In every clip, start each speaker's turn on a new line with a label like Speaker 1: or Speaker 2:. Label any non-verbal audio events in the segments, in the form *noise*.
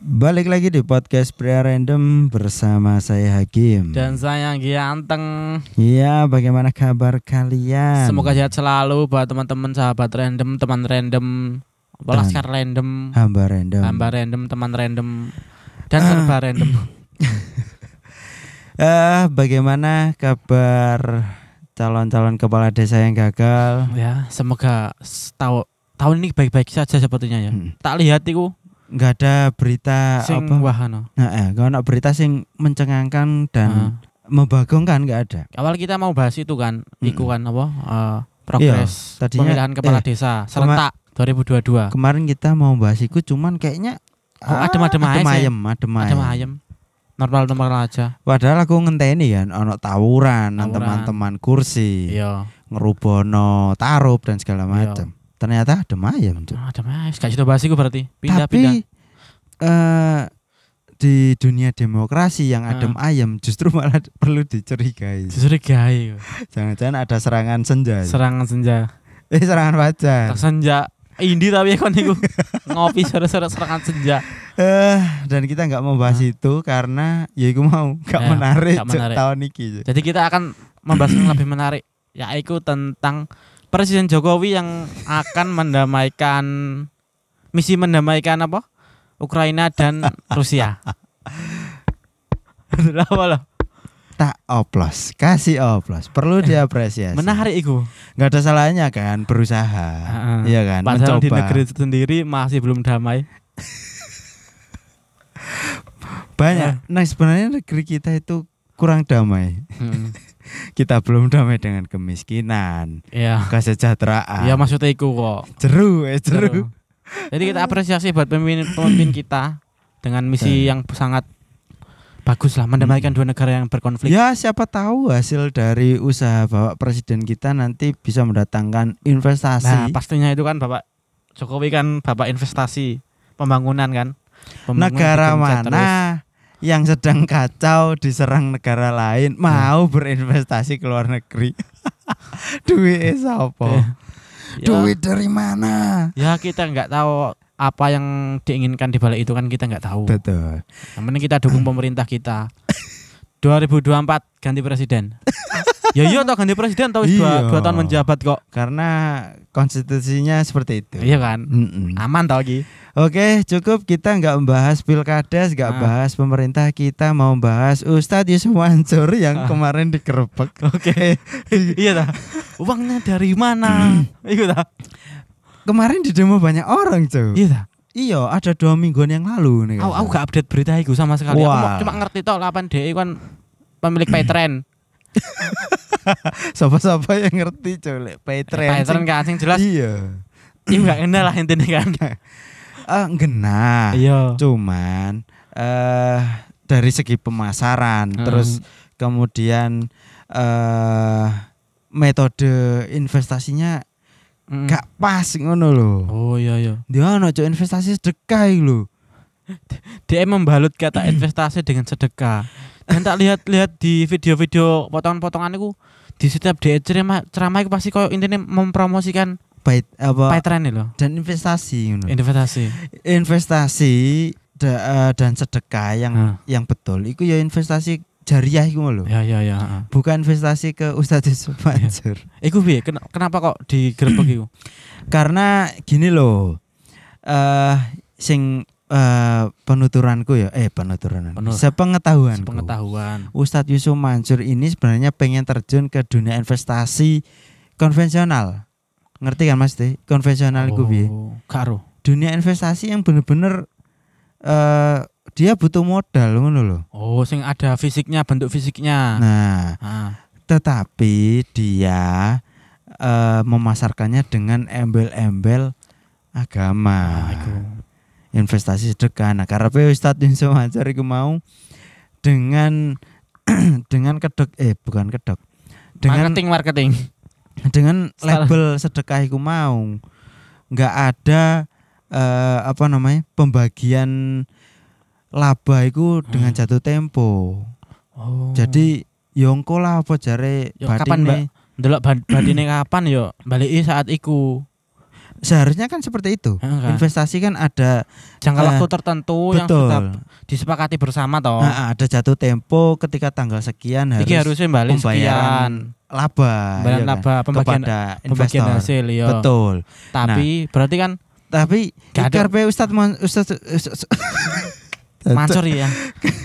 Speaker 1: Balik lagi di podcast Pria Random bersama saya Hakim.
Speaker 2: Dan ya, saya Gianteng.
Speaker 1: Iya, bagaimana kabar kalian?
Speaker 2: Semoga sehat selalu buat teman-teman sahabat random, teman random, laskar random,
Speaker 1: hamba random.
Speaker 2: hamba random, teman random, dan
Speaker 1: *coughs*
Speaker 2: serba random.
Speaker 1: Eh, bagaimana kabar calon-calon kepala desa yang gagal?
Speaker 2: Ya, semoga tahu tahun ini baik-baik saja sepertinya ya.
Speaker 1: Hmm.
Speaker 2: Tak lihat iku
Speaker 1: Nggak ada berita
Speaker 2: sing anu.
Speaker 1: apa?
Speaker 2: wahana.
Speaker 1: Nah, eh, nggak ada berita sing mencengangkan
Speaker 2: Ah.
Speaker 1: dan membagongkan nggak ada.
Speaker 2: Awal kita mau bahas itu kan, iku kan
Speaker 1: Hmm.
Speaker 2: apa? eh,
Speaker 1: Iya,
Speaker 2: progres
Speaker 1: tadinya-
Speaker 2: pemilihan kepala
Speaker 1: eh,
Speaker 2: desa serentak 2022.
Speaker 1: Kemarin kita mau bahas itu cuman kayaknya
Speaker 2: Kok adem-adem aja
Speaker 1: Ah, adem
Speaker 2: sih?
Speaker 1: ayem, adem
Speaker 2: Ada
Speaker 1: ayem.
Speaker 2: ayam. Normal-normal aja.
Speaker 1: Padahal aku ngenteni kan ono tawuran, nang
Speaker 2: Tawuran.
Speaker 1: teman-teman kursi,
Speaker 2: Iya.
Speaker 1: ngerubono tarub dan segala macam. Ternyata adem ayem, Cuk.
Speaker 2: Ada mas, Ah, gak sudah bahas iku berarti. Pindah-pindah.
Speaker 1: Gitu. Tapi eh di dunia demokrasi yang adem ayem justru *laughs* malah d- perlu dicurigai.
Speaker 2: Dicurigai.
Speaker 1: Jangan-jangan ada serangan senja. ya?
Speaker 2: Serangan senja.
Speaker 1: eh serangan wajar.
Speaker 2: Tak senja. Indi tapi kon
Speaker 1: *laughs*
Speaker 2: niku ngopi sore-sore serangan senja.
Speaker 1: Eh dan kita nggak membahas itu karena ya iku mau *laughs* nggak
Speaker 2: Ya,
Speaker 1: menarik,
Speaker 2: nggak
Speaker 1: Cuk,
Speaker 2: menarik.
Speaker 1: tahun iki. Cuk.
Speaker 2: Jadi kita akan membahas yang lebih menarik yaitu tentang Presiden Jokowi yang akan mendamaikan misi mendamaikan apa? Ukraina dan Rusia.
Speaker 1: *laughs*
Speaker 2: Lah apa lah?
Speaker 1: Tak oplos, kasih oplos. Perlu diapresiasi.
Speaker 2: Eh, Menarik iku.
Speaker 1: nggak ada salahnya kan berusaha.
Speaker 2: Heeh.
Speaker 1: Iya kan,
Speaker 2: Padahal di
Speaker 1: mencoba.
Speaker 2: negeri sendiri masih
Speaker 1: *laughs*
Speaker 2: belum damai.
Speaker 1: Banyak. Nah, sebenarnya negeri kita itu kurang damai. *laughs*
Speaker 2: Hmm.
Speaker 1: Kita belum damai dengan kemiskinan,
Speaker 2: Iya.
Speaker 1: kesejahteraan.
Speaker 2: Ya maksudnya iku kok.
Speaker 1: Jeru, eh
Speaker 2: Seru.
Speaker 1: jeru.
Speaker 2: Jadi kita apresiasi buat pemimpin-pemimpin kita dengan misi yang sangat bagus lah
Speaker 1: Hmm.
Speaker 2: mendamaikan dua negara yang berkonflik.
Speaker 1: Ya, siapa tahu hasil dari usaha Bapak Presiden kita nanti bisa mendatangkan
Speaker 2: Nah,
Speaker 1: investasi.
Speaker 2: pastinya itu kan Bapak Jokowi kan Bapak investasi pembangunan kan. Pembangunan
Speaker 1: negara
Speaker 2: digencar
Speaker 1: mana yang sedang kacau diserang negara lain
Speaker 2: Nah.
Speaker 1: mau berinvestasi ke luar negeri? *laughs* Duit
Speaker 2: terus.
Speaker 1: sapa?
Speaker 2: Ya,
Speaker 1: Duit dari mana?
Speaker 2: ya kita nggak tahu apa yang diinginkan di balik itu kan kita nggak tahu.
Speaker 1: Betul.
Speaker 2: Yang penting kita dukung pemerintah kita. 2024
Speaker 1: *laughs*
Speaker 2: ganti presiden. ya iya tau ganti presiden tau
Speaker 1: Iya.
Speaker 2: dua, dua tahun menjabat kok.
Speaker 1: karena konstitusinya seperti itu.
Speaker 2: Iya kan?
Speaker 1: Mm-mm.
Speaker 2: Aman tau Ki.
Speaker 1: Oke, cukup kita nggak membahas pilkades, nggak
Speaker 2: Ah.
Speaker 1: bahas pemerintah, kita mau bahas Ustadz Yusuf Mansur yang
Speaker 2: Ah.
Speaker 1: kemarin dikerebek.
Speaker 2: *laughs*
Speaker 1: Oke,
Speaker 2: Iya dah. Uangnya dari
Speaker 1: Hmm.
Speaker 2: mana? Iya dah.
Speaker 1: *laughs* kemarin di demo banyak orang cuy.
Speaker 2: Iya dah.
Speaker 1: Iya, ada dua mingguan yang lalu kan. nih.
Speaker 2: Aku aku gak update berita itu sama sekali.
Speaker 1: iya,
Speaker 2: Aku
Speaker 1: Wah.
Speaker 2: mau- cuma ngerti toh 8 DE kan
Speaker 1: *clears throat*
Speaker 2: pemilik Ya, Paytrend.
Speaker 1: Siapa-siapa yang ngerti cuy, lek Patreon.
Speaker 2: Paytrend kan sing
Speaker 1: *clears throat*
Speaker 2: jelas
Speaker 1: Iya.
Speaker 2: ya gak kenal lah intine kan.
Speaker 1: Ah, genah.
Speaker 2: Iya.
Speaker 1: Cuman eh dari segi pemasaran,
Speaker 2: Hmm.
Speaker 1: terus kemudian eh metode investasinya
Speaker 2: Mm.
Speaker 1: gak pas ngono lho.
Speaker 2: Oh iya iya.
Speaker 1: Dia ono cok investasi sedekah iki lho.
Speaker 2: Dia membalut
Speaker 1: *clears throat*
Speaker 2: kata investasi dengan sedekah. Dan tak lihat-lihat di video-video potongan-potongan itu di setiap DE ceramah ceramah itu pasti koyo intine mempromosikan
Speaker 1: Baik apa
Speaker 2: Paytrend loh.
Speaker 1: dan investasi ngono.
Speaker 2: Investasi.
Speaker 1: Investasi da- eh, dan sedekah yang
Speaker 2: Nah.
Speaker 1: yang betul iku ya investasi jariah iku lho.
Speaker 2: Ya ya ya. heeh.
Speaker 1: Bukan investasi ke Ustadz Yusuf Mansur.
Speaker 2: Iku piye? Ken- Kenapa kok digerebek iku?
Speaker 1: karena gini loh eh sing eh, penuturanku ya eh penuturan
Speaker 2: Penur-
Speaker 1: sepengetahuanku
Speaker 2: Pengetahuan.
Speaker 1: Ustadz Yusuf Mansur ini sebenarnya pengen terjun ke dunia investasi konvensional ngerti kan mas teh konvensional iku piye?
Speaker 2: Oh, karo.
Speaker 1: dunia investasi yang bener-bener eh dia butuh modal ngono loh
Speaker 2: Oh, sing ada fisiknya, bentuk fisiknya.
Speaker 1: nah
Speaker 2: Ah,
Speaker 1: tetapi dia eh, memasarkannya dengan embel-embel agama
Speaker 2: ah, iku.
Speaker 1: investasi sedekah. Nah, karepe Ustaz Yusuf Mansur iku mau dengan *clears throat* dengan kedok eh bukan kedok. Dengan
Speaker 2: marketing marketing.
Speaker 1: dengan
Speaker 2: Salah.
Speaker 1: label sedekah iku mau nggak ada eh, apa namanya? pembagian laba iku
Speaker 2: Hmm.
Speaker 1: dengan jatuh tempo.
Speaker 2: Oh.
Speaker 1: Jadi yongko lah apa jare
Speaker 2: Yo, Ya,
Speaker 1: bathine.
Speaker 2: kapan, Mbak? ndelok bad- badine kapan yo? Baliki saat iku.
Speaker 1: seharusnya kan seperti itu.
Speaker 2: Heeh, kan?
Speaker 1: Investasi kan ada
Speaker 2: jangka
Speaker 1: eh,
Speaker 2: waktu tertentu yang Oh. sudah
Speaker 1: betul.
Speaker 2: disepakati bersama toh.
Speaker 1: Nah, ada jatuh tempo ketika tanggal sekian harus,
Speaker 2: Iki harusnya balik
Speaker 1: pembayaran
Speaker 2: sekian.
Speaker 1: laba,
Speaker 2: Pembayaran
Speaker 1: iya kan?
Speaker 2: laba, pembagian
Speaker 1: kepada investor.
Speaker 2: pembagian hasil ya.
Speaker 1: Betul. Nah.
Speaker 2: Tapi berarti kan
Speaker 1: Tapi
Speaker 2: Gak ada-
Speaker 1: karpe Ustadz Man- Ustadz Ustadz-
Speaker 2: Mansur ya.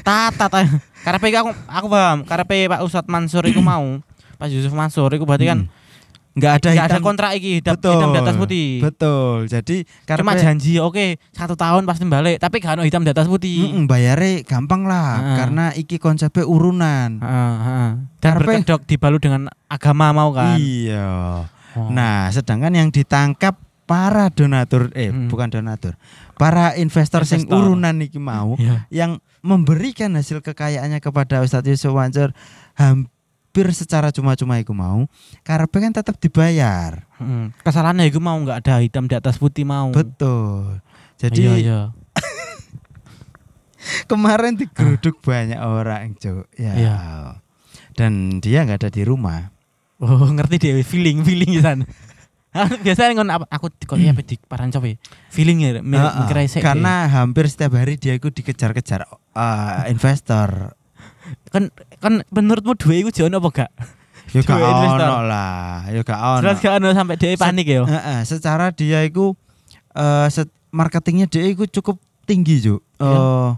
Speaker 2: Tata ta. Karepe aku aku paham. Karepe Pak Ustadz Mansur iku mau. Pak Yusuf Mansur iku berarti kan
Speaker 1: Hmm. nggak ada
Speaker 2: nggak ada
Speaker 1: hitam
Speaker 2: kontrak iki hitam,
Speaker 1: Betul.
Speaker 2: hitam di atas putih.
Speaker 1: Betul. Jadi
Speaker 2: Cuma
Speaker 1: karpe-
Speaker 2: janji oke satu tahun pasti balik tapi gak ada hitam di atas putih.
Speaker 1: Mm-mm, bayare gampang lah
Speaker 2: Heeh.
Speaker 1: karena iki konsepnya urunan.
Speaker 2: Heeh, heeh. Dan
Speaker 1: Karepe-
Speaker 2: berkedok dibalut dengan agama mau kan.
Speaker 1: Iya.
Speaker 2: Oh.
Speaker 1: Nah, sedangkan yang ditangkap para donatur eh
Speaker 2: Hmm.
Speaker 1: bukan donatur. Para investor, sing
Speaker 2: Investor.
Speaker 1: urunan iki mau
Speaker 2: Iya.
Speaker 1: yang memberikan hasil kekayaannya kepada Ustadz Yusuf Mansur hampir secara cuma-cuma iku mau karepe kan tetap dibayar.
Speaker 2: Mm. Kesalahannya iku mau nggak ada hitam di atas putih mau.
Speaker 1: Betul. Jadi
Speaker 2: Hmm. Iya, iya.
Speaker 1: kemarin digeruduk banyak orang, Cuk. Ya.
Speaker 2: Ah. Iya.
Speaker 1: Dan dia nggak ada di rumah.
Speaker 2: Oh, ngerti deh feeling feeling pisan. Biasanya ngon apa *laughs* aku kok ya di parancope. Feeling ya mi-
Speaker 1: Heeh.
Speaker 2: mikir ae sik
Speaker 1: Ah, karena hampir setiap hari dia itu dikejar-kejar eh, investor.
Speaker 2: deh. kan kan menurutmu duwe iku jono apa gak?
Speaker 1: Ya gak
Speaker 2: Dua investor.
Speaker 1: ono lah, ya gak ono.
Speaker 2: Jelas gak ono sampai dia panik ya.
Speaker 1: Heeh, secara dia itu eh, set- marketingnya dia itu cukup tinggi Juk. Eh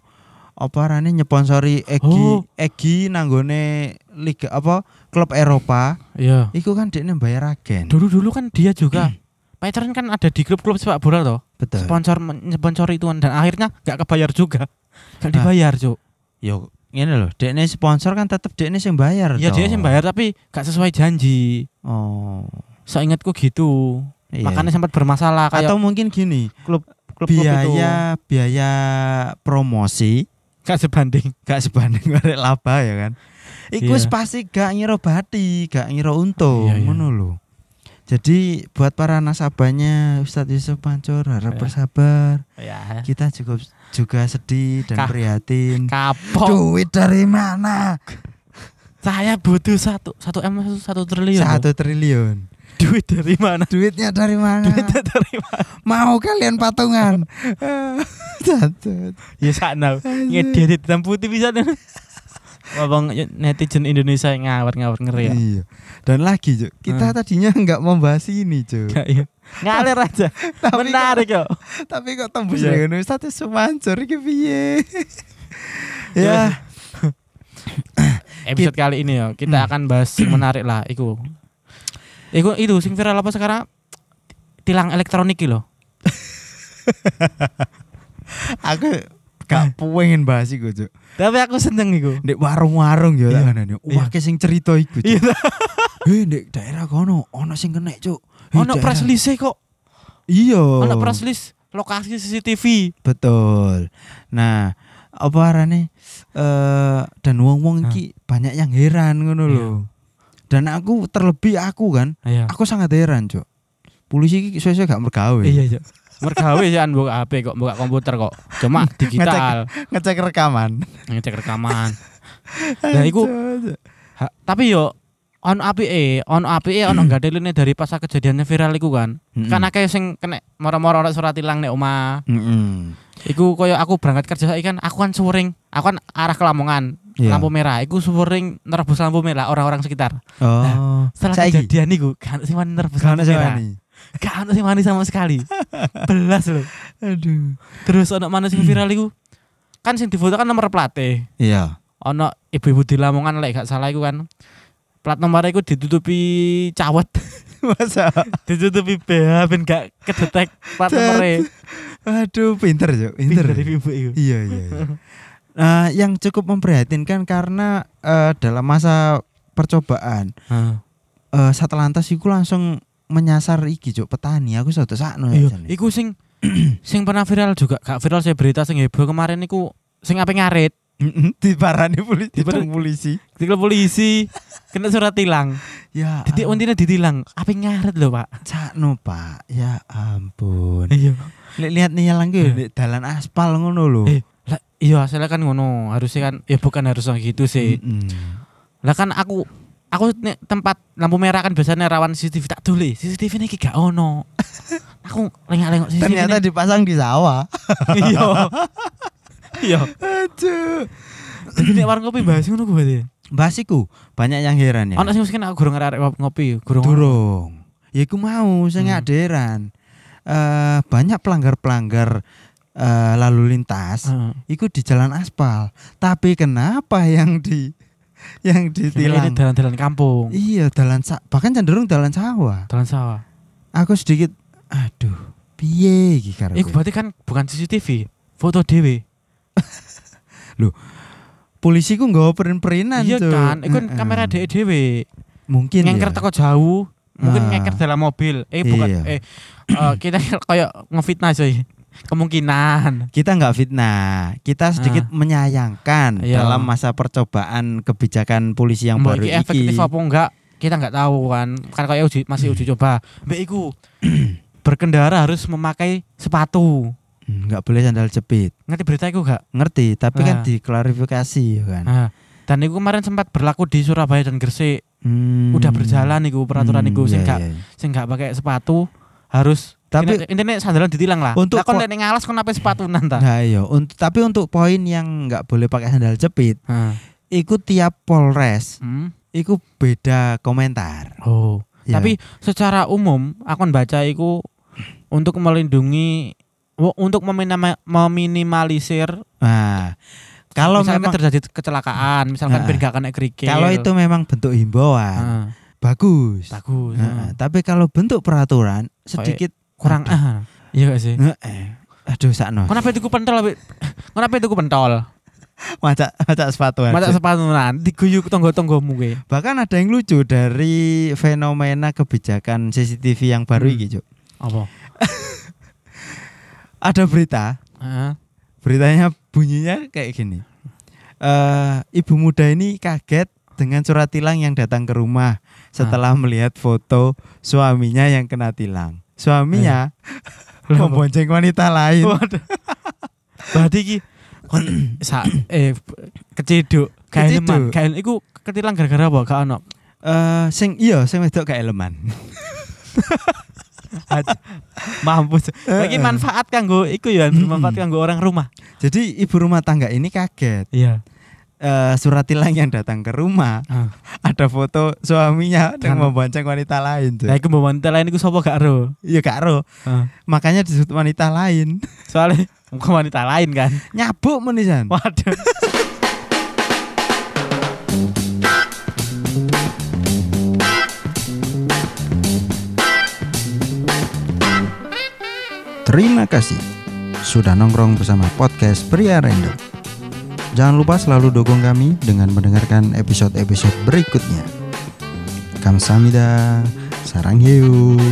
Speaker 1: apa rane nyponsori Egi
Speaker 2: Iya. Oh.
Speaker 1: Egi nanggone liga apa klub Eropa
Speaker 2: Iya.
Speaker 1: iku kan dia bayar agen
Speaker 2: Dulu-dulu kan dia juga Patreon kan ada di grup-grup sepak bola toh.
Speaker 1: Hmm. betul
Speaker 2: Sponsor sponsor ituan dan akhirnya gak kebayar juga. Gak dibayar, Cuk.
Speaker 1: yo ini loh dia sponsor kan tetap dia sing bayar
Speaker 2: Iya, dia
Speaker 1: toh.
Speaker 2: sih bayar tapi gak sesuai janji.
Speaker 1: oh
Speaker 2: Seingatku gitu.
Speaker 1: iya.
Speaker 2: Makanya sempat bermasalah kayak
Speaker 1: atau mungkin gini
Speaker 2: klub klub
Speaker 1: biaya biaya promosi
Speaker 2: gak sebanding.
Speaker 1: gak sebanding *laughs* karek laba ya kan. Iku wis
Speaker 2: Iya.
Speaker 1: pasti gak ngira bati, gak ngira untung,
Speaker 2: Iya, iya.
Speaker 1: ngono lho. Jadi buat para nasabahnya Ustadz Yusuf Mansur harap
Speaker 2: Iya.
Speaker 1: bersabar.
Speaker 2: Ya.
Speaker 1: Kita juga juga sedih dan
Speaker 2: Kah-
Speaker 1: prihatin.
Speaker 2: Kapok.
Speaker 1: Duit dari mana?
Speaker 2: Saya butuh satu satu m satu- satu triliun.
Speaker 1: Satu triliun.
Speaker 2: duit dari mana?
Speaker 1: Duitnya dari mana?
Speaker 2: Duitnya dari mana?
Speaker 1: Mau kalian
Speaker 2: *laughs*
Speaker 1: patungan? Satu.
Speaker 2: Ya sakno. Ngedit hitam putih bisa. Ngomong netizen Indonesia yang ngawur-ngawur ngeri ya.
Speaker 1: Iya. Dan lagi, Cuk, kita
Speaker 2: Hmm.
Speaker 1: tadinya nggak membahas ini, Cuk.
Speaker 2: Gak, iya. Ngalir aja.
Speaker 1: *laughs* Tapi kok-
Speaker 2: Menarik kok.
Speaker 1: tapi kok tembus
Speaker 2: Iya.
Speaker 1: yeah. ngono status sumancur iki piye
Speaker 2: *laughs*
Speaker 1: ya
Speaker 2: Episode kali ini ya kita akan bahas yang menarik lah iku. Iku itu sing viral apa sekarang? Tilang elektronik iki lho.
Speaker 1: aku
Speaker 2: Eh.
Speaker 1: gak pengen bahas iku cuk
Speaker 2: Tapi aku seneng iku.
Speaker 1: ndek warung-warung ya
Speaker 2: Iya.
Speaker 1: tak ngene
Speaker 2: Iya.
Speaker 1: wah ke sing cerita iku cuk heh ndek daerah kono ono sing kena cuk Heh,
Speaker 2: Ono
Speaker 1: daerah-
Speaker 2: press list kok.
Speaker 1: iya
Speaker 2: Ono press list lokasi CCTV.
Speaker 1: betul nah apa arane eh dan wong-wong
Speaker 2: Hah.
Speaker 1: iki banyak yang heran ngono
Speaker 2: Iya.
Speaker 1: lho dan aku terlebih aku kan
Speaker 2: Ayo.
Speaker 1: aku sangat heran cuk polisi iki sesuai gak mergawe
Speaker 2: Iya, iya. Mergawe ya buka HP kok, buka komputer kok. *laughs* Cuma digital,
Speaker 1: ngecek
Speaker 2: *laughs*
Speaker 1: rekaman
Speaker 2: ngecek rekaman. Dan iku
Speaker 1: Cuk, cuk.
Speaker 2: ha- tapi yo on APE, on APE ono gak delene dari pas kejadiannya viral iku kan.
Speaker 1: Mm-mm.
Speaker 2: Karena kayak sing kena moro-moro orang surat tilang nek omah.
Speaker 1: Mm-mm.
Speaker 2: Iku koyo aku berangkat kerja saiki kan aku kan suring, aku kan arah ke Lamongan,
Speaker 1: Iya.
Speaker 2: lampu merah. Iku suring nerbus lampu merah orang-orang sekitar.
Speaker 1: Oh,
Speaker 2: Setelah
Speaker 1: saiki
Speaker 2: kejadian iku kan sing wani nerbus
Speaker 1: karena
Speaker 2: lampu
Speaker 1: saya
Speaker 2: merah.
Speaker 1: ini.
Speaker 2: Gak ono sing wani sama sekali. Belas loh.
Speaker 1: Aduh.
Speaker 2: Terus ono mana sing viral iku? Kan sing difoto kan nomor plat e. *laughs*
Speaker 1: Iya.
Speaker 2: Ono ibu-ibu di Lamongan lek gak salah iku kan. Plat nomor iku ditutupi cawet, *laughs*
Speaker 1: Masa?
Speaker 2: ditutupi BH ben gak kedetek plat
Speaker 1: Cet.
Speaker 2: nomore.
Speaker 1: Aduh, pinter Cuk, pinter.
Speaker 2: Pinter ibu iku.
Speaker 1: Iya, iya. iya. Nah, yang cukup memprihatinkan karena eh, dalam masa percobaan
Speaker 2: Heeh.
Speaker 1: eh Satlantas iku langsung menyasar iki Cuk, petani. Aku sudah sakno
Speaker 2: Iya,
Speaker 1: ya, jane.
Speaker 2: iku sing *clears throat* sing pernah viral juga. Gak viral saya berita sing heboh kemarin iku sing apa ngarit
Speaker 1: Mm-mm, diparani polisi,
Speaker 2: Diparani-
Speaker 1: ditong polisi.
Speaker 2: Dikel polisi kena surat tilang.
Speaker 1: Ya.
Speaker 2: Titik
Speaker 1: ampun,
Speaker 2: untine ditilang. Apa ngaret lho, Pak?
Speaker 1: sakno, Pak. Ya ampun.
Speaker 2: Iya.
Speaker 1: Lek lihat nih yang
Speaker 2: Iya.
Speaker 1: di dalan aspal ngono lho.
Speaker 2: Eh, lah,
Speaker 1: Hmm.
Speaker 2: iya hasilnya kan ngono. Harusnya kan ya bukan harusnya gitu sih.
Speaker 1: Mm-mm.
Speaker 2: Lah kan aku aku nek tempat lampu merah kan biasanya rawan CCTV tak tulis CCTV ini gak
Speaker 1: *laughs*
Speaker 2: ono aku lengok-lengok CCTV
Speaker 1: Ternyata *laughs*
Speaker 2: ini.
Speaker 1: dipasang di sawah.
Speaker 2: iya iya
Speaker 1: Aduh.
Speaker 2: jadi nek warung kopi bahas ngono ku berarti
Speaker 1: Basiku banyak yang heran ya.
Speaker 2: ono sing mungkin aku gurung arek ngopi gurung
Speaker 1: Durung. Ya iku mau sing
Speaker 2: Hmm.
Speaker 1: ada heran. Eh, banyak pelanggar-pelanggar eh, lalu lintas
Speaker 2: Heeh.
Speaker 1: iku di jalan aspal. Tapi kenapa yang di yang
Speaker 2: ini
Speaker 1: ditilang?
Speaker 2: dalan-dalan kampung
Speaker 1: Iya, dalan sa- bahkan cenderung dalan sawah.
Speaker 2: dalan sawah
Speaker 1: Aku sedikit aduh, piye iki kareku?
Speaker 2: Iku berarti kan bukan CCTV foto dewe
Speaker 1: Polisi ku nggawa perin-perinan
Speaker 2: iya
Speaker 1: Cuk.
Speaker 2: kan iku kan
Speaker 1: Heeh.
Speaker 2: kamera dewe dewe
Speaker 1: mungkin
Speaker 2: ngengker
Speaker 1: ya.
Speaker 2: teko jauh mungkin
Speaker 1: Ah.
Speaker 2: ngengker dalam mobil eh bukan
Speaker 1: Iya.
Speaker 2: eh
Speaker 1: *clears throat*
Speaker 2: eh, kita kayak ngefitnah sih kemungkinan
Speaker 1: kita nggak fitnah, kita sedikit menyayangkan
Speaker 2: Ah. Iya.
Speaker 1: dalam masa percobaan kebijakan polisi yang
Speaker 2: Mbak
Speaker 1: baru
Speaker 2: iki
Speaker 1: ini.
Speaker 2: efektif apa enggak kita nggak tahu kan kan kayak uji,
Speaker 1: Hmm.
Speaker 2: masih uji coba mbak
Speaker 1: *clears throat*
Speaker 2: iku berkendara harus memakai sepatu
Speaker 1: Nggak boleh sandal jepit,
Speaker 2: ngerti berita iku gak
Speaker 1: ngerti? Tapi kan
Speaker 2: Ah.
Speaker 1: diklarifikasi ya kan.
Speaker 2: nah, dan iku kemarin sempat berlaku di Surabaya dan Gresik
Speaker 1: Hmm.
Speaker 2: udah berjalan iku peraturan
Speaker 1: Hmm,
Speaker 2: iku sing
Speaker 1: iya,
Speaker 2: gak
Speaker 1: iya.
Speaker 2: sing gak pakai sepatu harus
Speaker 1: Tapi
Speaker 2: Inti- intinya sandalan ditilang lah
Speaker 1: Untuk
Speaker 2: lah kon
Speaker 1: ko-
Speaker 2: nek ngalas kon apa sepatu nanta
Speaker 1: nah iya, Unt- tapi untuk poin yang nggak boleh pakai sandal jepit, ikut tiap Polres,
Speaker 2: Nah, Hmm.
Speaker 1: ikut beda komentar.
Speaker 2: oh
Speaker 1: Ya.
Speaker 2: Tapi secara umum aku kan baca iku untuk melindungi wo- untuk meminama- meminimalisir
Speaker 1: nah, kalau
Speaker 2: misalkan
Speaker 1: memang
Speaker 2: terjadi kecelakaan, misalkan
Speaker 1: Ah.
Speaker 2: ben gak kena kerikil.
Speaker 1: kalau itu memang bentuk himbauan,
Speaker 2: gitu. Ah,
Speaker 1: bagus.
Speaker 2: bagus.
Speaker 1: Nah,
Speaker 2: ah.
Speaker 1: tapi kalau bentuk peraturan sedikit
Speaker 2: Kurang
Speaker 1: Aduh.
Speaker 2: ah. Iya gak sih?
Speaker 1: Nah. Heeh. Aduh sakno.
Speaker 2: Kenapa itu pentol? Abi? Kenapa itu pentol?
Speaker 1: Macak macak sepatu. aja.
Speaker 2: Mata sepatunan diguyu tonggo-tonggomu kowe.
Speaker 1: Bahkan ada yang lucu dari fenomena kebijakan CCTV yang baru
Speaker 2: Hmm.
Speaker 1: iki, Cuk.
Speaker 2: Apa?
Speaker 1: Ada berita,
Speaker 2: Heeh.
Speaker 1: beritanya bunyinya kayak gini. Eh, ibu muda ini kaget dengan surat tilang yang datang ke rumah setelah
Speaker 2: Ah.
Speaker 1: melihat foto suaminya yang kena tilang. Suaminya
Speaker 2: Eh.
Speaker 1: *laughs* membonceng wanita lain.
Speaker 2: Waduh. Berarti iki kon *clears throat* sa eh keciduk, gak
Speaker 1: Keciduk.
Speaker 2: elemen, gak elemen. iku ketilang gara-gara apa? Gak ono.
Speaker 1: Eh, sing iya, sing wedok kayak eleman. *laughs*
Speaker 2: *laughs* mampus lagi
Speaker 1: Heeh.
Speaker 2: manfaat kanggo iku ya
Speaker 1: Mm-mm.
Speaker 2: manfaat kanggo orang rumah
Speaker 1: Jadi ibu rumah tangga ini kaget
Speaker 2: iya
Speaker 1: eh, surat tilang yang datang ke rumah
Speaker 2: Ah.
Speaker 1: ada foto suaminya yang
Speaker 2: Kan.
Speaker 1: membonceng wanita lain tuh.
Speaker 2: nah iku mbok wanita lain iku sapa gak ro Ah.
Speaker 1: Iya Kak Ro,
Speaker 2: *laughs*
Speaker 1: makanya disebut wanita lain. *laughs*
Speaker 2: soalnya bukan wanita lain kan
Speaker 1: Nyabuk menisan.
Speaker 2: waduh
Speaker 1: Terima kasih sudah nongkrong bersama podcast Pria Random. Jangan lupa selalu dukung kami dengan mendengarkan episode-episode berikutnya. Kamsahamnida, sarang hiu.